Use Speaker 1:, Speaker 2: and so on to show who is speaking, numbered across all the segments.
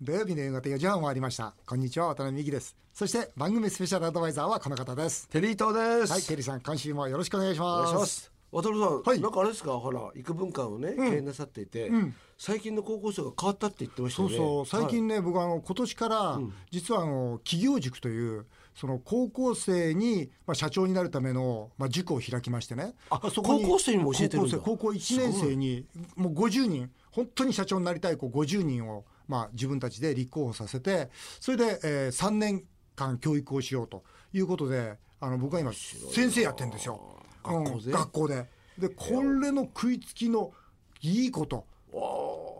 Speaker 1: 土曜日の夕方4時半を回りましたこんにちは渡辺美希ですそして番組スペシャルアドバイザーはこの方です
Speaker 2: テリー東です。
Speaker 1: はいテリーさん今週もよろしくお願いし
Speaker 2: お
Speaker 1: ま
Speaker 2: 願い
Speaker 1: す
Speaker 2: します。渡辺さん、
Speaker 1: はい
Speaker 2: なんかあれですか、ほら、幾分間をね、経営なさっていて、最近の高校生が変わったって言ってました
Speaker 1: そ
Speaker 2: よ
Speaker 1: う
Speaker 2: ね。
Speaker 1: そう最
Speaker 2: はい
Speaker 1: 近ね、僕はあの今年から、実はあの企業塾というその高校生に、まあ、社長になるための、まあ、塾を開きましてね
Speaker 2: あ
Speaker 1: ま
Speaker 2: 高校生にも教えてるんだ
Speaker 1: 高校生高校1年生にもう50人本当に社長になりたい子50人を、まあ、自分たちで立候補させてそれで、え3年間教育をしようということであの僕は今先生やってるんですよ
Speaker 2: 学校で
Speaker 1: うん学校ででこれの食いつきのいいこと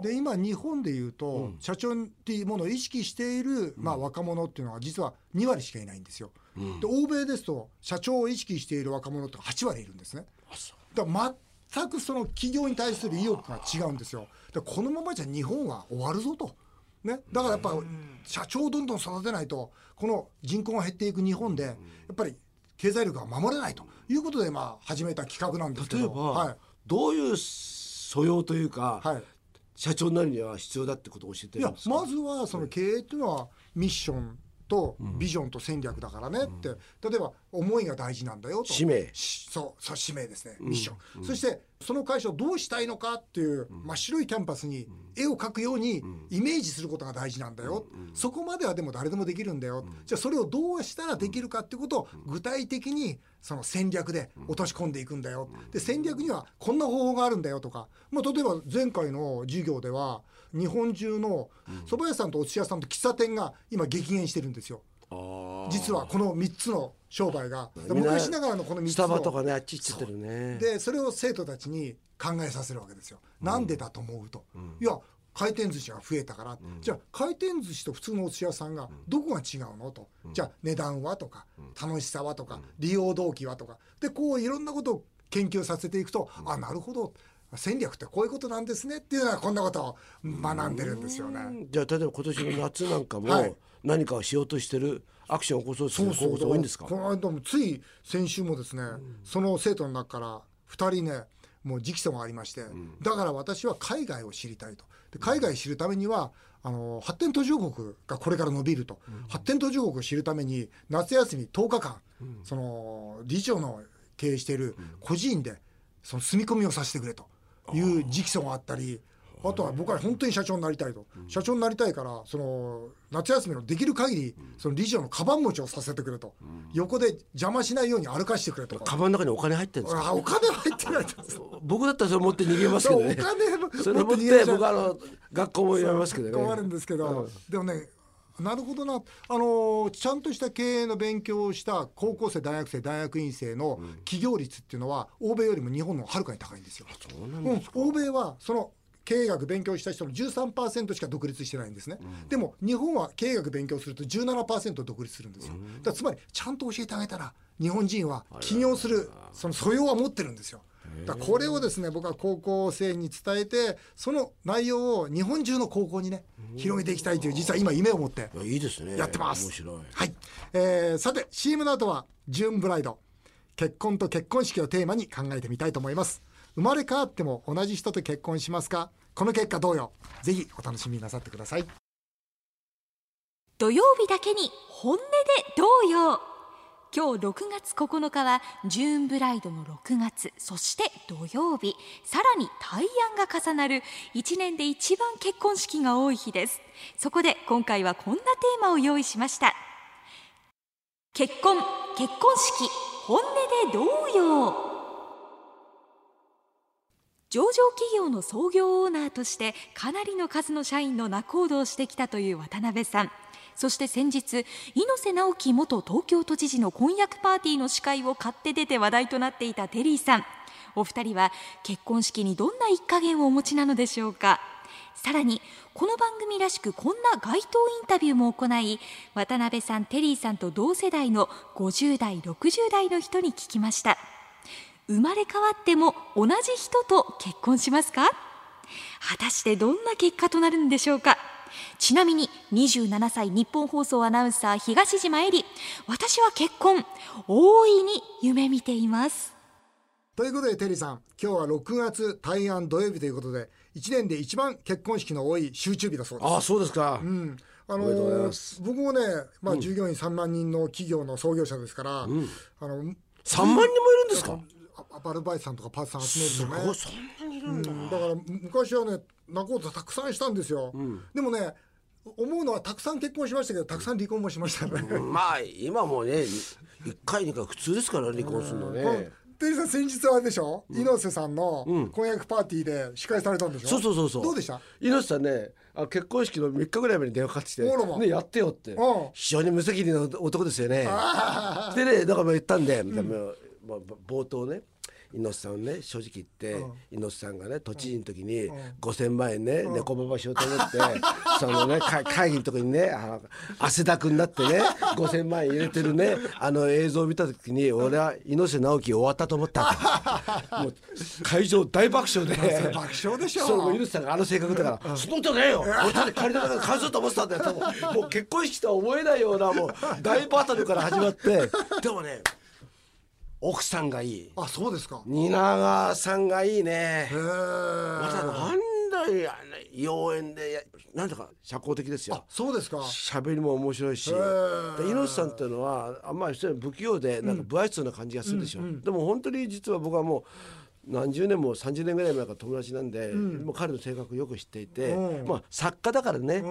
Speaker 1: で今日本でいうと、社長っていうものを意識している、まあ、若者っていうのは実は2割しかいないんですよ、で欧米ですと社長を意識している若者って8割いるんですねだから全くその企業に対する意欲が違うんですよでこのままじゃ日本は終わるぞと、ね、だからやっぱ社長をどんどん育てないとこの人口が減っていく日本でやっぱり経済力が守れないということでまあ始めた企画なんですけど
Speaker 2: 例えば、
Speaker 1: はい
Speaker 2: どういう素養というか、
Speaker 1: はい、
Speaker 2: 社長になるには必要だってことを教えて
Speaker 1: い
Speaker 2: るん
Speaker 1: や
Speaker 2: ですか。
Speaker 1: まずはその経営っていうのはミッションとビジョンと戦略だからねって、例えば思いが大事なんだよと
Speaker 2: 使命
Speaker 1: しそうそう使命ですねミッション、そしてその会社をどうしたいのかっていう真っ白いキャンパスに絵を描くようにイメージすることが大事なんだよ、そこまではでも誰でもできるんだよ、じゃあそれをどうしたらできるかってことを具体的にその戦略で落とし込んでいくんだよ、で戦略にはこんな方法があるんだよとか、まあ、例えば前回の授業では日本中の蕎麦屋さんとお寿司屋さんと喫茶店が今激減してるんですよ
Speaker 2: あー
Speaker 1: 実はこの3つの商売が
Speaker 2: みんな
Speaker 1: 昔ながらのこの3つの
Speaker 2: スタバとかね、あっち行っちゃってるね。
Speaker 1: でそれを生徒たちに考えさせるわけですよ。なんでだと思うと、いや回転寿司が増えたから、じゃあ回転寿司と普通のお寿司屋さんがどこが違うのと、じゃあ値段はとか、楽しさはとか、利用動機はとかでこういろんなことを研究させていくと、あなるほど戦略ってこういうことなんですねっていうのはこんなことを学んでるんですよね。
Speaker 2: じゃあ、例えば今年の夏なんか
Speaker 1: は
Speaker 2: も
Speaker 1: い、
Speaker 2: 何かをしようとしてる、アクションを起こそうとしてる高校生多いんですか
Speaker 1: この間もつい先週もですね、その生徒の中から2人ねもう直訴がありまして、だから私は海外を知りたいとで海外を知るためにはあの発展途上国がこれから伸びると、発展途上国を知るために夏休み10日間、その理事長の経営している孤児院でその住み込みをさせてくれという直訴があったり。あとは僕は本当に社長になりたいと、社長になりたいからその夏休みのできる限りその理事長のカバン持ちをさせてくれと、横で邪魔しないように歩かしてくれと
Speaker 2: カ
Speaker 1: か、
Speaker 2: バンの中にお金入ってるんですか
Speaker 1: あお金は入ってないと
Speaker 2: 僕だったらそれ持って逃げますけ
Speaker 1: そう
Speaker 2: ど
Speaker 1: お
Speaker 2: ね。
Speaker 1: 金
Speaker 2: それ持っ
Speaker 1: 逃げ
Speaker 2: て
Speaker 1: ちゃう
Speaker 2: 僕あの学校もやめますけどね。
Speaker 1: 困るんですけど、でもねなるほどなあのちゃんとした経営の勉強をした高校生大学生大学院生の起業率っていうのは欧米よりも日本の方がはるかに高いんですよ。うん欧米はその経営学勉強した人の13%しか独立してないんですね、でも日本は経営学勉強すると17%独立するんですよ、だからつまりちゃんと教えてあげたら日本人は起業するその素養は持ってるんですよだからこれをですね僕は高校生に伝えてその内容を日本中の高校にね広げていきたいという実は今夢を持って
Speaker 2: いやいいですね。
Speaker 1: やってます。
Speaker 2: 面白い。
Speaker 1: はい。えーさて、CM の後は、ジューンブライド。結婚と結婚式をテーマに考えてみたいと思います。生まれ変わっても同じ人と結婚しますかこの結果同様。ぜひお楽しみなさってください。
Speaker 3: 土曜日だけに本音でどうよ今日6月9日はジューンブライドの6月そして土曜日さらに大安が重なる1年で一番結婚式が多い日ですそこで今回はこんなテーマを用意しました結婚結婚式本音でどうよ上場企業の創業オーナーとしてかなりの数の社員の仲人をしてきたという渡辺さんそして先日猪瀬直樹元東京都知事の婚約パーティーの司会を買って出て話題となっていたテリーさんお二人は結婚式にどんな一家言をお持ちなのでしょうかさらにこの番組らしくこんな街頭インタビューも行い渡辺さんテリーさんと同世代の50代60代の人に聞きました生まれ変わっても同じ人と結婚しますか果たしてどんな結果となるんでしょうかちなみに27歳日本放送アナウンサー東島えり私は結婚大いに夢見ています
Speaker 1: ということで、テリーさん、今日は6月大安土曜日ということで、 1年で一番結婚式の多い集中日だそうです。
Speaker 2: あそうですか、
Speaker 1: うんあ
Speaker 2: おめでとうござい
Speaker 1: の
Speaker 2: ます
Speaker 1: 僕もね、まあ、従業員3万人の企業の創業者ですから、あの
Speaker 2: 三3万人もいるんですか
Speaker 1: あバルバイトさんとかパーツさん集める
Speaker 2: す
Speaker 1: とね
Speaker 2: ごいそんなにいるんだ、
Speaker 1: だからむ昔はね仲人たくさんしたんですよ、でもね思うのはたくさん結婚しましたけどたくさん離婚 もしましたね、
Speaker 2: まあ今もね1回2回普通ですから離婚するの
Speaker 1: う
Speaker 2: ね
Speaker 1: んテリーさん先日はあれでしょ、猪瀬さんの婚約パーティーで司会されたんでしょ、
Speaker 2: そうそうそうそう
Speaker 1: どうでした
Speaker 2: 猪瀬さんねあ結婚式の3日ぐらい前に電話かかってきて、
Speaker 1: あらま
Speaker 2: ね、やってよって
Speaker 1: うん
Speaker 2: 非常に無責任な男ですよねでねだから言ったんで、みたいなまあ冒頭ね猪瀬さんね正直言って、猪瀬さんがね都知事の時に5,000万円ね猫ばばしようと思 って、そのね会会議の時にねあ汗だくになってね5,000万円入れてるねあの映像を見た時に俺は猪瀬直樹終わったと思ったともう会場大爆 笑で
Speaker 1: 爆笑でしょ
Speaker 2: そうもう猪瀬さんがあの性格だから「そんなことねえよ俺だって借りたから返そうと思ってたんだよ」多分もう結婚式とは思えないようなもう大バトルから始まってでもね奥さんがいい
Speaker 1: あそうですかへ
Speaker 2: 蜷川さんがいいね
Speaker 1: え
Speaker 2: またなんだよあの妖艶でやなんだか社交的ですよ
Speaker 1: そうですか
Speaker 2: 喋りも面白いしで
Speaker 1: ー
Speaker 2: 猪瀬さんっていうのはあんまりそういう不器用でなんか不愛想な感じがするでしょ、でも本当に実は僕はもう何十年も30年ぐらい前から友達なんで、もう彼の性格をよく知っていて、
Speaker 1: うん
Speaker 2: まあ、作家だからね、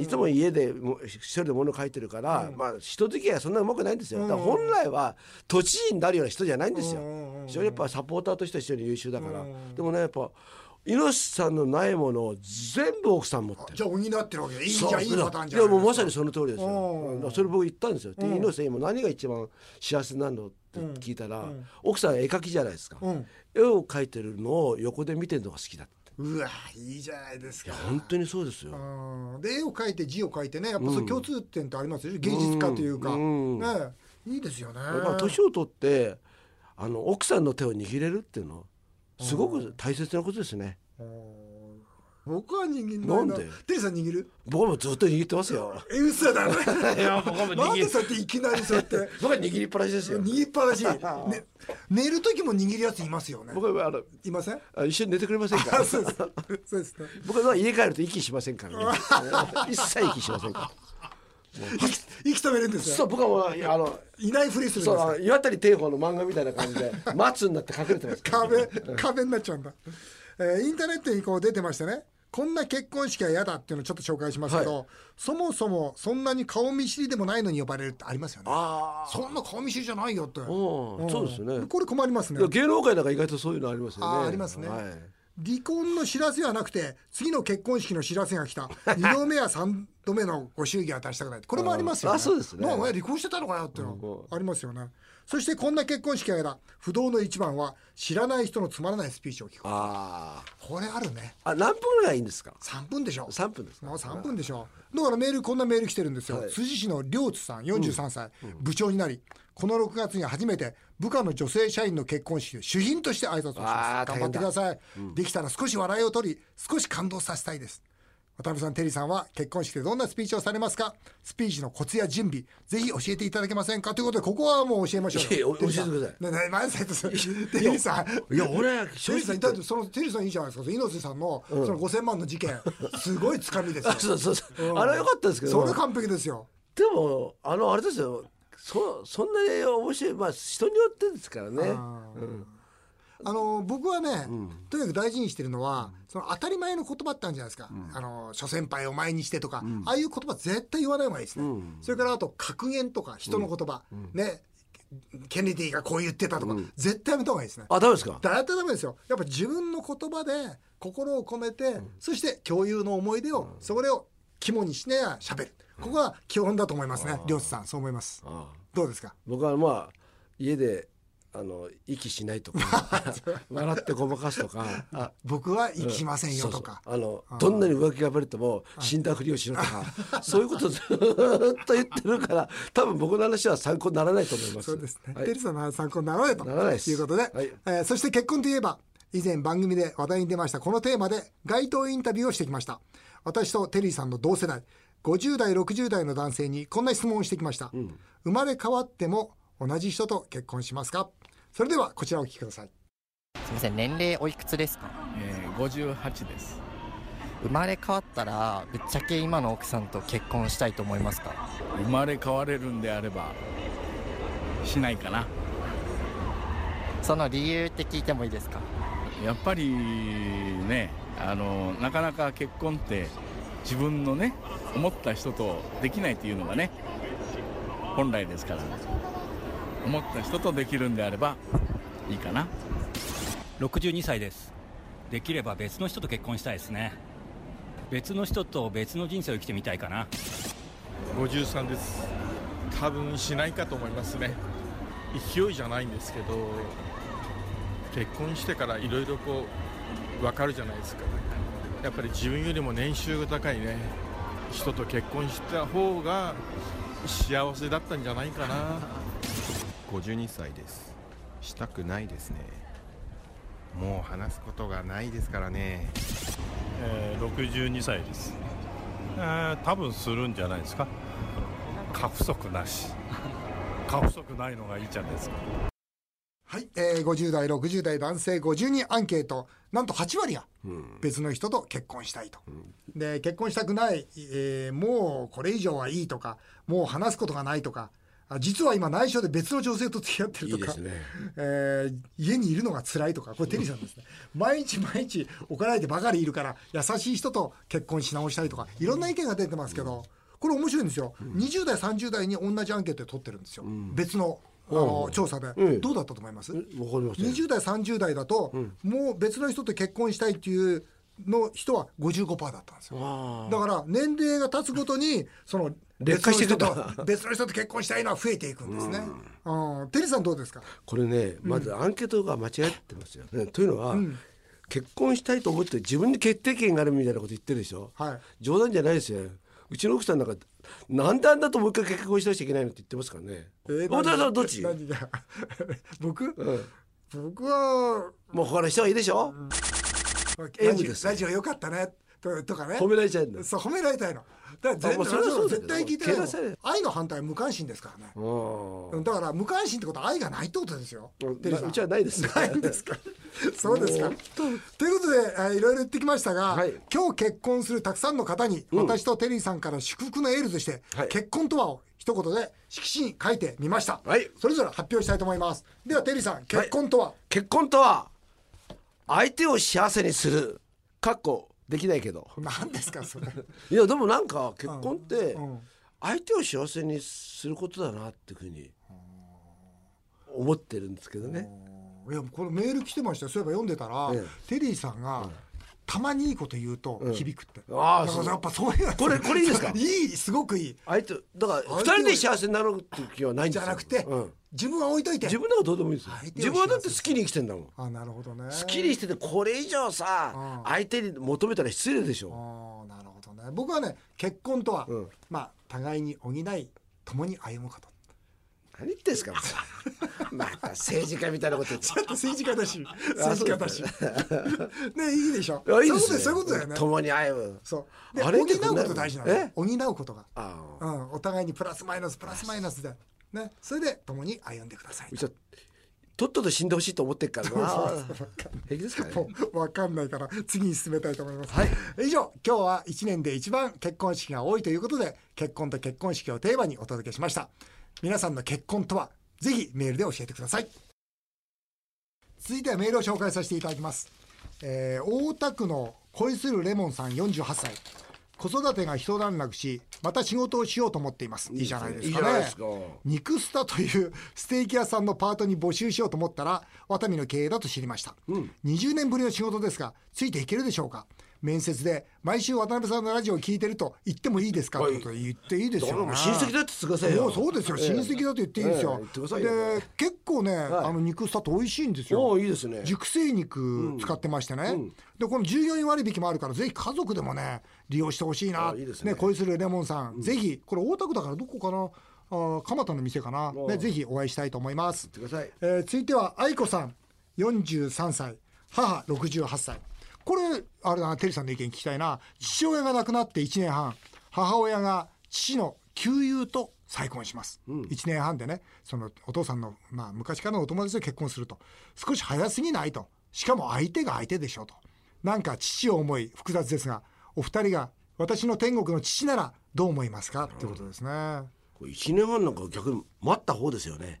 Speaker 2: いつも家でもう一人で物を書いてるから、まあ、人付き合いはそんなうまくないんですよ、だから本来は都知事になるような人じゃないんですよ、
Speaker 1: うんうんうん
Speaker 2: 非常にやっぱサポーターとしては非常に優秀だから、
Speaker 1: うん
Speaker 2: でもねやっぱ猪瀬さんのないものを全部奥さん持ってる
Speaker 1: じゃあ補ってるわけいいじ
Speaker 2: そ
Speaker 1: ゃん
Speaker 2: う
Speaker 1: いいパターンじゃな
Speaker 2: いや
Speaker 1: いです
Speaker 2: もう
Speaker 1: か
Speaker 2: まさにその通りですよ
Speaker 1: うん
Speaker 2: うんそれ僕言ったんですよで猪瀬さん今何が一番幸せなのって聞いたら奥さん絵描きじゃないですか
Speaker 1: うん
Speaker 2: 絵を描いてるのを横で見てるのが好きだって
Speaker 1: うわいいじゃないですか
Speaker 2: 本当にそうですよ
Speaker 1: うんで絵を描いて字を書いてねやっぱそういう共通点ってありますよね、芸術家というか、
Speaker 2: うん
Speaker 1: ねいいですよね、
Speaker 2: まあ年を取ってあの奥さんの手を握れるっていうのすごく大切なことですね
Speaker 1: うん僕は握ん
Speaker 2: な
Speaker 1: ない
Speaker 2: んで
Speaker 1: テリーさん握る
Speaker 2: 僕もずっと握ってますよ
Speaker 1: え嘘だね
Speaker 2: いや僕も
Speaker 1: なん
Speaker 2: 握
Speaker 1: で
Speaker 2: り
Speaker 1: そうやっていきなりそうやって
Speaker 2: 僕は握りっぱなしですよ
Speaker 1: 握りっぱな し、ね、寝る時も握るやついますよね
Speaker 2: 僕はあの
Speaker 1: いません
Speaker 2: あ一緒に寝てくれません か
Speaker 1: あそうですそうですね
Speaker 2: 僕は家帰ると息しませんからね一切息しませんから
Speaker 1: 息息止めるんです
Speaker 2: そう
Speaker 1: よ
Speaker 2: 僕はもうあの
Speaker 1: いないふりするんです
Speaker 2: そうあ
Speaker 1: よ
Speaker 2: の岩谷天宝の漫画みたいな感じ で松になって隠れてますから
Speaker 1: 壁壁になっちゃうんだ、えーインターネットにこう出てましてねこんな結婚式は嫌だっていうのをちょっと紹介しますけど、そもそもそんなに顔見知りでもないのに呼ばれるってありますよね
Speaker 2: あ
Speaker 1: そんな顔見知りじゃないよって
Speaker 2: あそうですよね
Speaker 1: これ困りますね
Speaker 2: いや芸能界なんか意外とそういうのありますよね
Speaker 1: あありますね
Speaker 2: はい
Speaker 1: 離婚の知らせはなくて次の結婚式の知らせが来 た2度目や3度目のご祝儀は出したくないこれもありますよね
Speaker 2: あそうですね
Speaker 1: もうお前離婚してたのかよっていうのありますよねそしてこんな結婚式がやだ不動の一番は知らない人のつまらないスピーチを聞く
Speaker 2: あ
Speaker 1: これあるね
Speaker 2: ああ何分ぐらいがいいんですか
Speaker 1: 3分でしょ
Speaker 2: 3分です
Speaker 1: もう3分でしょだからメールこんなメール来てるんですよ、
Speaker 2: はい
Speaker 1: 辻氏の良津さん43歳、部長になりこの6月に初めて部下の女性社員の結婚式で主賓として挨拶をしま
Speaker 2: あー
Speaker 1: す頑張っ
Speaker 2: 大変
Speaker 1: て
Speaker 2: だ
Speaker 1: ください、できたら少し笑いを取り少し感動させたいです渡辺さんテリーさんは結婚式でどんなスピーチをされますかスピーチのコツや準備ぜひ教えていただけませんかということでここはもう教えましょう
Speaker 2: いや
Speaker 1: よ
Speaker 2: お教えてください
Speaker 1: テリーさんねねまずテリーさん
Speaker 2: いや俺
Speaker 1: テ
Speaker 2: 正
Speaker 1: リーさ
Speaker 2: 直言っ
Speaker 1: ん
Speaker 2: て
Speaker 1: だってそのテリーさんいいじゃないですかその猪瀬さんのその5000万の事件、すごいつかみですよ
Speaker 2: あそうそうそうあれは良かったですけ
Speaker 1: それ
Speaker 2: ど
Speaker 1: 完璧ですよ
Speaker 2: でもあのあれですよそそんなに面白いまあ人によってですからね
Speaker 1: あの僕はね、とにかく大事にしてるのは、その当たり前の言葉ってあるんじゃないですか、あの諸先輩を前にしてとか、ああいう言葉絶対言わない方がいいですね、それからあと格言とか人の言葉、ねケネディがこう言ってたとか、絶対やめた方がいいですね
Speaker 2: あダメですか
Speaker 1: だってダメですよやっぱ自分の言葉で心を込めて、そして共有の思い出を、それを肝にしねや喋るここが基本だと思いますね漁師さんそう思います
Speaker 2: ああ
Speaker 1: どうですか
Speaker 2: 僕はまあ家であの息しない とか笑ってごまかすとか
Speaker 1: あ僕は行きませんよとか、
Speaker 2: そうそうあのどんなに浮気がバレても死んだふりをしろとか そういうことずっと言ってるから多分僕の話は参考にならないと思います
Speaker 1: そうですね、
Speaker 2: はい
Speaker 1: テリーさんの話参考にならないと
Speaker 2: ならないです
Speaker 1: いうことで、
Speaker 2: はい
Speaker 1: えーそして結婚といえば以前番組で話題に出ましたこのテーマで街頭インタビューをしてきました私とテリーさんの同世代50代60代の男性にこんな質問をしてきました、生まれ変わっても同じ人と結婚しますかそれではこちらをお聞きください
Speaker 4: すみません、年齢おいくつですか
Speaker 5: えー、58です。
Speaker 4: 生まれ変わったらぶっちゃけ今の奥さんと結婚したいと思いますか
Speaker 5: 生まれ変われるんであればしないかな
Speaker 4: その理由って聞いてもいいですか
Speaker 5: やっぱりねあのなかなか結婚って自分のね思った人とできないっていうのがね本来ですから思った人とできるんであればいいかな
Speaker 6: 62歳ですできれば別の人と結婚したいですね別の人と別の人生を生きてみたいかな
Speaker 7: 53です多分しないかと思いますね勢いじゃないんですけど結婚してからいろいろこう分かるじゃないですかやっぱり自分よりも年収が高いね人と結婚した方が幸せだったんじゃないかな
Speaker 8: 52歳ですしたくないですねもう話すことがないですからね
Speaker 9: えー、62歳です、えー、多分するんじゃないですか過不足なし過不足ないのがいいじゃないですか
Speaker 1: はい、えー、50代60代男性50人アンケートなんと8割が別の人と結婚したいと、うん、で結婚したくない、えー、もうこれ以上はいいとかもう話すことがないとか実は今内緒で別の女性と付き合ってるとかい、ね、えー、家にいるのが辛いとかこれテリーさんですね毎日毎日怒られてばかりいるから優しい人と結婚し直したいとかいろんな意見が出てますけど、これ面白いんですよ、うん、20代30代に同じアンケートで取ってるんですよ、うん、別のあの、うん、調査で、どうだったと思います、うん、20代30代だと、もう別の人と結婚したいっていうの人は55%だったんですよだから年齢が経つごとにその
Speaker 2: 劣化してく
Speaker 1: と別の人と結婚したいのは増えていくんですね。うん、テリーさんどうですか
Speaker 2: これねまずアンケートが間違ってますよ、ね、うん、というのは、うん、結婚したいと思って自分に決定権があるみたいなこと言ってるでしょ、はい、冗談じゃないですようちの奥さんなんかなんであんだともう一回結婚しなきゃいけないのって言ってますからね。えー、大田さんどっち
Speaker 1: 僕、うん、僕は
Speaker 2: もう他の人はいいでしょ、
Speaker 1: うん、ラジラジオよかったねととかね
Speaker 2: 褒められちゃうんだ
Speaker 1: そう褒められたいのだから全然絶対聞いてないの愛の反対は無関心ですからねだから無関心ってことは愛がないってことですよ
Speaker 2: うちはないです
Speaker 1: ないんですか そうですかということで、えー、いろいろ言ってきましたが、はい、今日結婚するたくさんの方に、うん、私とテリーさんから祝福のエールとして、はい、結婚とはを一言で色紙に書いてみました、はい、それぞれ発表したいと思いますではテリーさん結婚とは、
Speaker 2: 結婚とは相手を幸せにするかっこできないけど
Speaker 1: 何ですかそれ
Speaker 2: いやでもなんか結婚って相手を幸せにすることだなっていうふうに思ってるんですけどね
Speaker 1: いやこのメール来てましたそういえば読んでたら、ええ、テリーさんが、たまにいいこと言うと響くって、うん、ああそうやっぱ そういう
Speaker 2: これこれいいですか
Speaker 1: いいすごくいい
Speaker 2: 相手だから二人で幸せになろうっていう気はないん
Speaker 1: じゃなくて、うん、自分は置いといて
Speaker 2: 自分なんかどうでもいいですよ自分はだって好きに生きてんだもん
Speaker 1: あなるほどね
Speaker 2: 好きにしててこれ以上さ、うん、相手に求めたら失礼でし
Speaker 1: あ
Speaker 2: ょ
Speaker 1: なるほどね僕はね結婚とは、まあ互いに補い共に歩むこと
Speaker 2: 何言ってんす かまた政治家みたいなこと言って
Speaker 1: ちょっと政治 家だし政治家だし ねいいでしょ
Speaker 2: いいですね
Speaker 1: そういうことだよね
Speaker 2: 共に歩む
Speaker 1: そうで補うこと大事なの補うことがうん、お互いにプラスマイナスプラスマイナスでねそれで共に歩んでください
Speaker 2: ととっとと死んでほしいと思ってる からな平気で すかね
Speaker 1: 分かんないから次に進めたいと思います、はい、以上今日は1年で一番結婚式が多いということで結婚と結婚式をテーマにお届けしました皆さんの結婚とはぜひメールで教えてください続いてはメールを紹介させていただきます、えー、大田区の恋するレモンさん48歳子育てが一段落しまた仕事をしようと思っていますいいじゃないですかね肉スタというステーキ屋さんのパートに募集しようと思ったらワタミの経営だと知りました、うん、20年ぶりの仕事ですがついていけるでしょうか面接で毎週渡辺さんのラジオを聞いてると言ってもいいですかってこと言っていいですよ、
Speaker 2: ね、親戚だって言ってくださいよ
Speaker 1: そうですよ親戚だと言っていいですよ、えーえー、で結構ね、はい、あの肉スタート美味しいんですよ
Speaker 2: いいですね
Speaker 1: 熟成肉使ってましてね、うん、でこの従業員割引もあるからぜひ家族でもね利用してほしいな、ねね、恋するレモンさん、うん、ぜひこれ大田区だからどこかなあ蒲田の店かな、ね、ぜひお会いしたいと思います、えー、続いては愛子さん43歳母68歳これあれだなテリーさんの意見聞きたいな父親が亡くなって1年半母親が父の旧友と再婚します、うん、1年半でねそのお父さんの、まあ、昔からのお友達と結婚すると少し早すぎないとしかも相手が相手でしょうとなんか父を思い複雑ですがお二人が私の天国の父ならどう思いますかってことですね。
Speaker 2: これ1年半なんか逆に待った方ですよ ね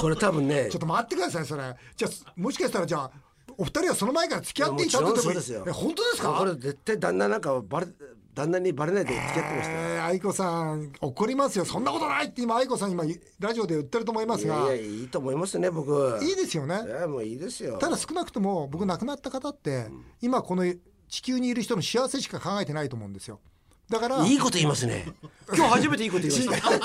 Speaker 2: これ多分ね
Speaker 1: ちょっと待ってくださいそれ。じゃあもしかしたらじゃあお二人はその前から付き合っていたって
Speaker 2: もちろん
Speaker 1: と
Speaker 2: そうですよ
Speaker 1: え本当ですか？
Speaker 2: これ絶対旦那なんかバレ旦那にバレないで付き合ってましたよ、
Speaker 1: えー、愛子さん怒りますよそんなことないって今愛子さん今ラジオで言ってると思います
Speaker 2: い
Speaker 1: が
Speaker 2: やいやいいと思いますね僕
Speaker 1: いいですよね
Speaker 2: いやもういいですよ
Speaker 1: ただ少なくとも僕亡くなった方って今この地球にいる人の幸せしか考えてないと思うんですよだから
Speaker 2: いいこと言いますね。今日初めていいこと言いま した。 今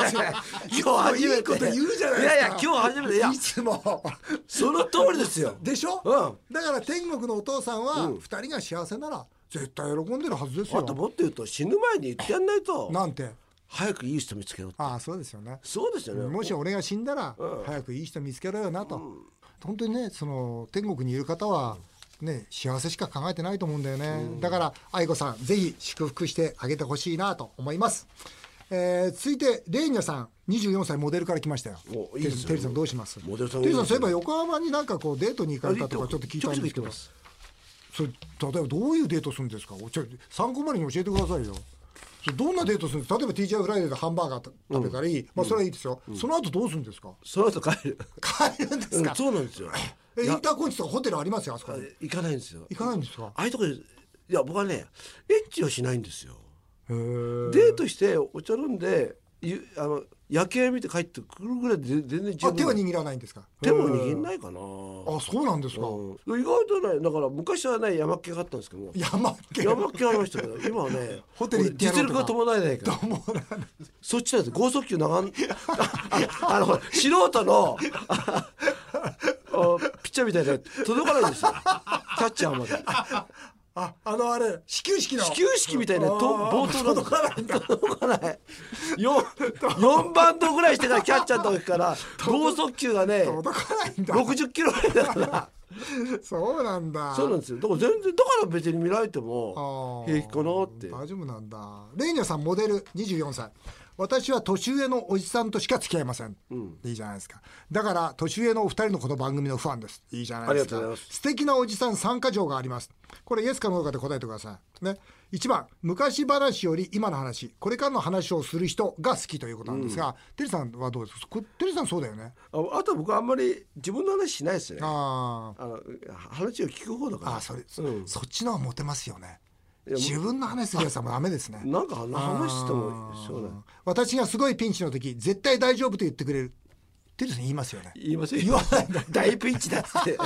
Speaker 2: 日初めて。
Speaker 1: いいこと言うじゃないですか
Speaker 2: いやいや、今日初めて。いや
Speaker 1: い、つも
Speaker 2: その通りですよ。
Speaker 1: でしょ、
Speaker 2: う
Speaker 1: だから天国のお父さんは二人が幸せなら絶対喜んでるはずです
Speaker 2: あと
Speaker 1: よ
Speaker 2: もっと言うと、死ぬ前に言ってやんないと、
Speaker 1: なんて
Speaker 2: 早くいい人見つけろって。
Speaker 1: ああそうですよね
Speaker 2: そうですよね。
Speaker 1: もし俺が死んだら早くいい人見つけろよなと、本当にねその天国にいる方はね幸せしか考えてないと思うんだよね、だから愛子さんぜひ祝福してあげてほしいなと思います、えー続いてレーニャさん24歳モデルから来ましたよ
Speaker 2: おいいですよ
Speaker 1: テリーさんどうします
Speaker 2: モデルさん
Speaker 1: テリーさんそういえば横浜になんかこうデートに行かれたとかちょっと聞いたんですけど
Speaker 2: ちょくちょく行ってます
Speaker 1: それ例えばどういうデートするんですかおちょ参考までに教えてくださいよそれどんなデートするんですか例えば TGI フライデーでハンバーガーた食べたり、まあそれはいいですよ、その後どうするんですか
Speaker 2: その後帰る。
Speaker 1: 帰るんです
Speaker 2: う
Speaker 1: か
Speaker 2: ん、、そうなんですよ。
Speaker 1: え
Speaker 2: い
Speaker 1: イ
Speaker 2: や
Speaker 1: ンターコンチとかホテルありますよあそこに
Speaker 2: 行かないんですよ。
Speaker 1: 行かないんですか
Speaker 2: ああいうとこで、いや、僕はね、エッチをしないんですよ。
Speaker 1: へー
Speaker 2: デートして、お茶飲んで、ゆあの夜景見て帰ってくるぐらいで全然十
Speaker 1: あ
Speaker 2: 分
Speaker 1: 手は握らないんですか
Speaker 2: 手も握んないいかな。
Speaker 1: あそうなんですか、
Speaker 2: うん、意外とねだから昔はね山っ気があったんですけども
Speaker 1: 山っけ
Speaker 2: 山っ気ありましたけど今はね
Speaker 1: ホテル行ってやろ
Speaker 2: 実
Speaker 1: うと
Speaker 2: 力
Speaker 1: か
Speaker 2: が伴えないからそっちだって剛速球長んああのほら素人のああピッチャーみたいで届かないんですよキャッチャーまで
Speaker 1: ああのあれ始球式の
Speaker 2: 始球式みたいなと
Speaker 1: あー
Speaker 2: 冒頭届かないんだ届かないよ4バンドぐらいしてからキャッチャーの時から剛速球がね
Speaker 1: 届かないんだ
Speaker 2: 60キロぐらいだから。
Speaker 1: そうなんだ
Speaker 2: そうなんですよ。だから全然だから別に見られて
Speaker 1: あ
Speaker 2: も
Speaker 1: ー
Speaker 2: 平気かなって。
Speaker 1: 大丈夫なんだレイニャさんモデル24歳私は年上のおじさんとしか付き合いません、いいじゃないですかだから年上のお二人のこの番組のファンですいいじゃないですか
Speaker 2: ありがとうございます
Speaker 1: 素敵なおじさん参加条がありますこれイエスかノーかで答えてくださいね1番昔話より今の話これからの話をする人が好きということなんですが、テリーさんはどうですかこテリーさんそうだよね
Speaker 2: ああと僕あんまり自分の話しないですね。あ
Speaker 1: あー
Speaker 2: の話を聞く方だから。
Speaker 1: あーそれ、
Speaker 2: うん。
Speaker 1: そっちのはモテますよね
Speaker 2: いや
Speaker 1: 自分の話するやつはもうダメですね
Speaker 2: なんか話してもそうだ。
Speaker 1: 私がすごいピンチの時絶対大丈夫と言ってくれるテリーさん言いますよね
Speaker 2: 言いません。
Speaker 1: 言わないんだ
Speaker 2: 大ピンチ だっつ って。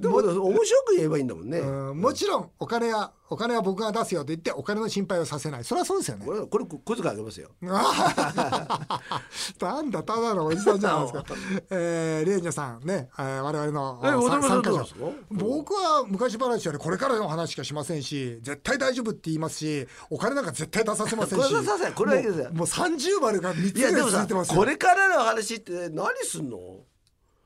Speaker 2: でも面白く言えばいいんだもんね。
Speaker 1: うんもちろんお金はお金は僕が出すよと言ってお金の心配をさせないそれはそうですよね
Speaker 2: これこれ小遣いあげますよ。
Speaker 1: あーなんだただのおじさんじゃないです かえー、レーニャさんね、えー、我々の
Speaker 2: え
Speaker 1: あの
Speaker 2: 渡辺さんどうな
Speaker 1: 者
Speaker 2: んですか
Speaker 1: 僕は昔話よりこれからの話しかしませんし絶対大丈夫って言いますしお金なんか絶対出させませんし
Speaker 2: これ出させないこれはいいですよ
Speaker 1: もうもう30丸が3つ
Speaker 2: い
Speaker 1: ぐら
Speaker 2: や
Speaker 1: い
Speaker 2: でも
Speaker 1: 続
Speaker 2: さ
Speaker 1: いてますよ
Speaker 2: これからの話って何すんの？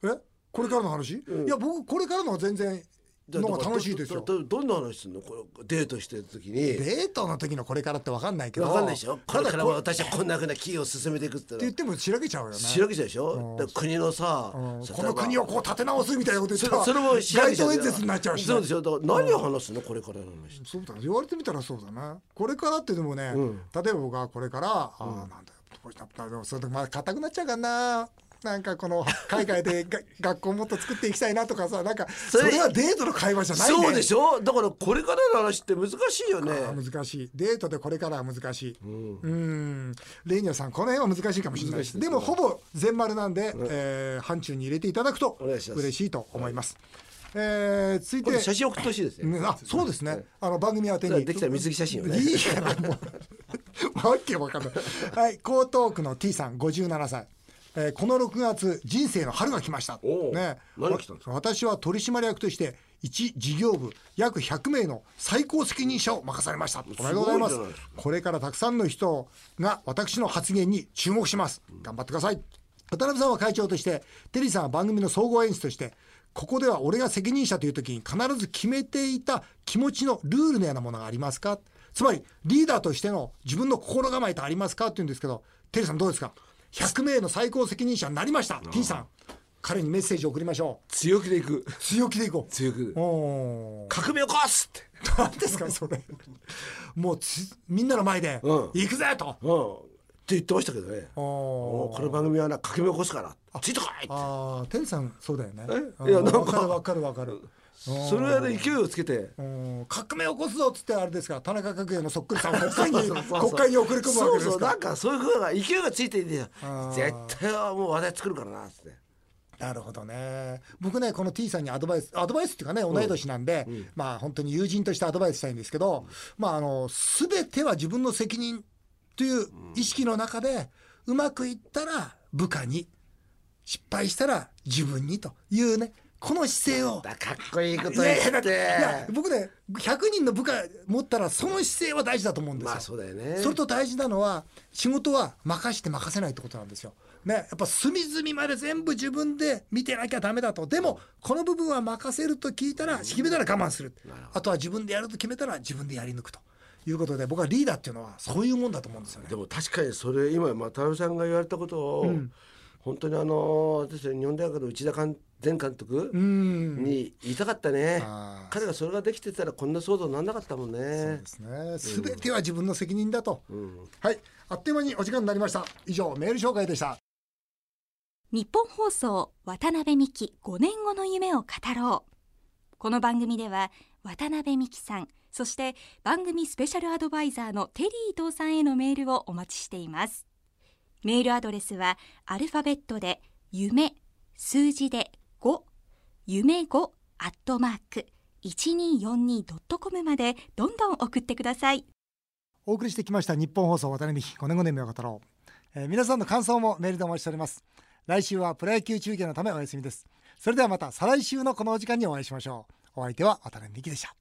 Speaker 1: えこれからの話、いや僕これからのは全然
Speaker 2: じゃあ
Speaker 1: のが楽しいですよ
Speaker 2: どどどどんな話すんの？これデートしてる時に。
Speaker 1: デートの時のこれからって分かんないけど
Speaker 2: わかんないでしょこ
Speaker 1: た
Speaker 2: れ
Speaker 1: だ
Speaker 2: から
Speaker 1: こうって
Speaker 2: 私はこんなふうな企業を進めていくって言
Speaker 1: 言
Speaker 2: っ
Speaker 1: ったてもしらけちゃうよね
Speaker 2: ら白木じゃでしょだから国のさ
Speaker 1: うん
Speaker 2: さ
Speaker 1: この国をこう立て直すみたいなこと言った
Speaker 2: それ
Speaker 1: ら
Speaker 2: それも白
Speaker 1: 街
Speaker 2: 木じゃ
Speaker 1: 頭
Speaker 2: で
Speaker 1: 演説になっちゃうしね
Speaker 2: そうでしょだから何を話すのこれからの話
Speaker 1: そうだ言われてみたらそうだなこれからってでもね、例えば僕はこれからああなんだよこれだだでもそれでまあ硬くなっちゃうかななんかこの海外でが 学校もっと作っていきたいなとかさなんかそ
Speaker 2: それ
Speaker 1: れはデートの会話じゃないね
Speaker 2: そうでしょだからこれからの話って難しいよね
Speaker 1: あー難しいデートでこれからは難しいうんレイニャさんこの辺は難しいかもしれないですでもほぼ全丸なんで、えー、範疇に入れていただくと
Speaker 2: お願いします
Speaker 1: 嬉しいと思います、えー、続い
Speaker 2: 今
Speaker 1: て
Speaker 2: 度写真送ってほしいですね
Speaker 1: うんあそうですねあの番組宛てに
Speaker 2: できたら水着写真をね
Speaker 1: いいからもうわけわかんないはい江東区の T さん57歳えーこの6月人生の春が来ました、
Speaker 2: おう
Speaker 1: ね、
Speaker 2: 何が来たんです
Speaker 1: 私は取締役として一事業部約100名の最高責任者を任されましたおめでとうございます
Speaker 2: すごいじゃないです
Speaker 1: これからたくさんの人が私の発言に注目します頑張ってください渡辺さんは会長としてテリーさんは番組の総合演出としてここでは俺が責任者という時に必ず決めていた気持ちのルールのようなものがありますかつまりリーダーとしての自分の心構えってありますかって言うんですけどテリーさんどうですか100名の最高責任者になりました T さん彼にメッセージを送りましょ
Speaker 2: 強気でいく
Speaker 1: う強気でいこ
Speaker 2: 強気
Speaker 1: うおー
Speaker 2: 革命を起こすって
Speaker 1: 何ですかそれもうつみんなの前で「
Speaker 2: うん
Speaker 1: 行くぜ!」と
Speaker 2: うんって言ってましたけどねも
Speaker 1: お
Speaker 2: うこの番組はな革命を起こすからついてこいって
Speaker 1: ああテリーさんそうだよね
Speaker 2: えいや
Speaker 1: うん
Speaker 2: なんか
Speaker 1: わかるわかるわかる
Speaker 2: それはね勢いをつけて
Speaker 1: うん革命起こすぞっつってあれですか田中角栄のそっくりさんを国会に
Speaker 2: そうそう
Speaker 1: 国会に送り込むわけで
Speaker 2: そうそ
Speaker 1: す
Speaker 2: うなん
Speaker 1: か
Speaker 2: かそういうふうな勢いがついていて絶
Speaker 1: あー
Speaker 2: 対はもう話題作るからなっつって
Speaker 1: なるほどね僕ねこの T さんにアドバイスアドバイスっていうかね同い年なんで、まあ本当に友人としてアドバイスしたいんですけど、まああの全ては自分の責任という意識の中で、うまくいったら部下に失敗したら自分にというねこの姿勢を
Speaker 2: だかっこいいこと
Speaker 1: い
Speaker 2: 言
Speaker 1: やいやだ
Speaker 2: っ
Speaker 1: っていや
Speaker 2: て
Speaker 1: 僕ね100人の部下持ったらその姿勢は大事だと思うんですよ、
Speaker 2: まあそうだよね
Speaker 1: それと大事なのは仕事は任して任せないってことなんですよねやっぱ隅々まで全部自分で見てなきゃダメだとでもこの部分は任せると聞いたら決めたら我慢するあとは自分でやると決めたら自分でやり抜くということで僕はリーダーっていうのはそういうもんだと思うんですよね
Speaker 2: でも確かにそれ今渡辺さんが言われたことを本当にあの私日本大学の内田監前監督
Speaker 1: うん
Speaker 2: に言いたかったね
Speaker 1: あー
Speaker 2: 彼がそれができてたらこんな騒動にならなかったもんね
Speaker 1: ですね全ては自分の責任だと、はいあっという間にお時間になりました以上メール紹介でした
Speaker 3: 日本放送渡辺美希5年後の夢を語ろうこの番組では渡辺美希さんそして番組スペシャルアドバイザーのテリー伊藤さんへのメールをお待ちしていますメールアドレスはアルファベットで夢数字で5夢5アットマーク 1242.com までどんどん送ってください
Speaker 1: お送りしてきました日本放送渡辺美希5年5年目を語ろう、えー皆さんの感想もメールでお待ちしております来週はプロ野球中継のためお休みですそれではまた再来週のこのお時間にお会いしましょうお相手は渡辺美希でした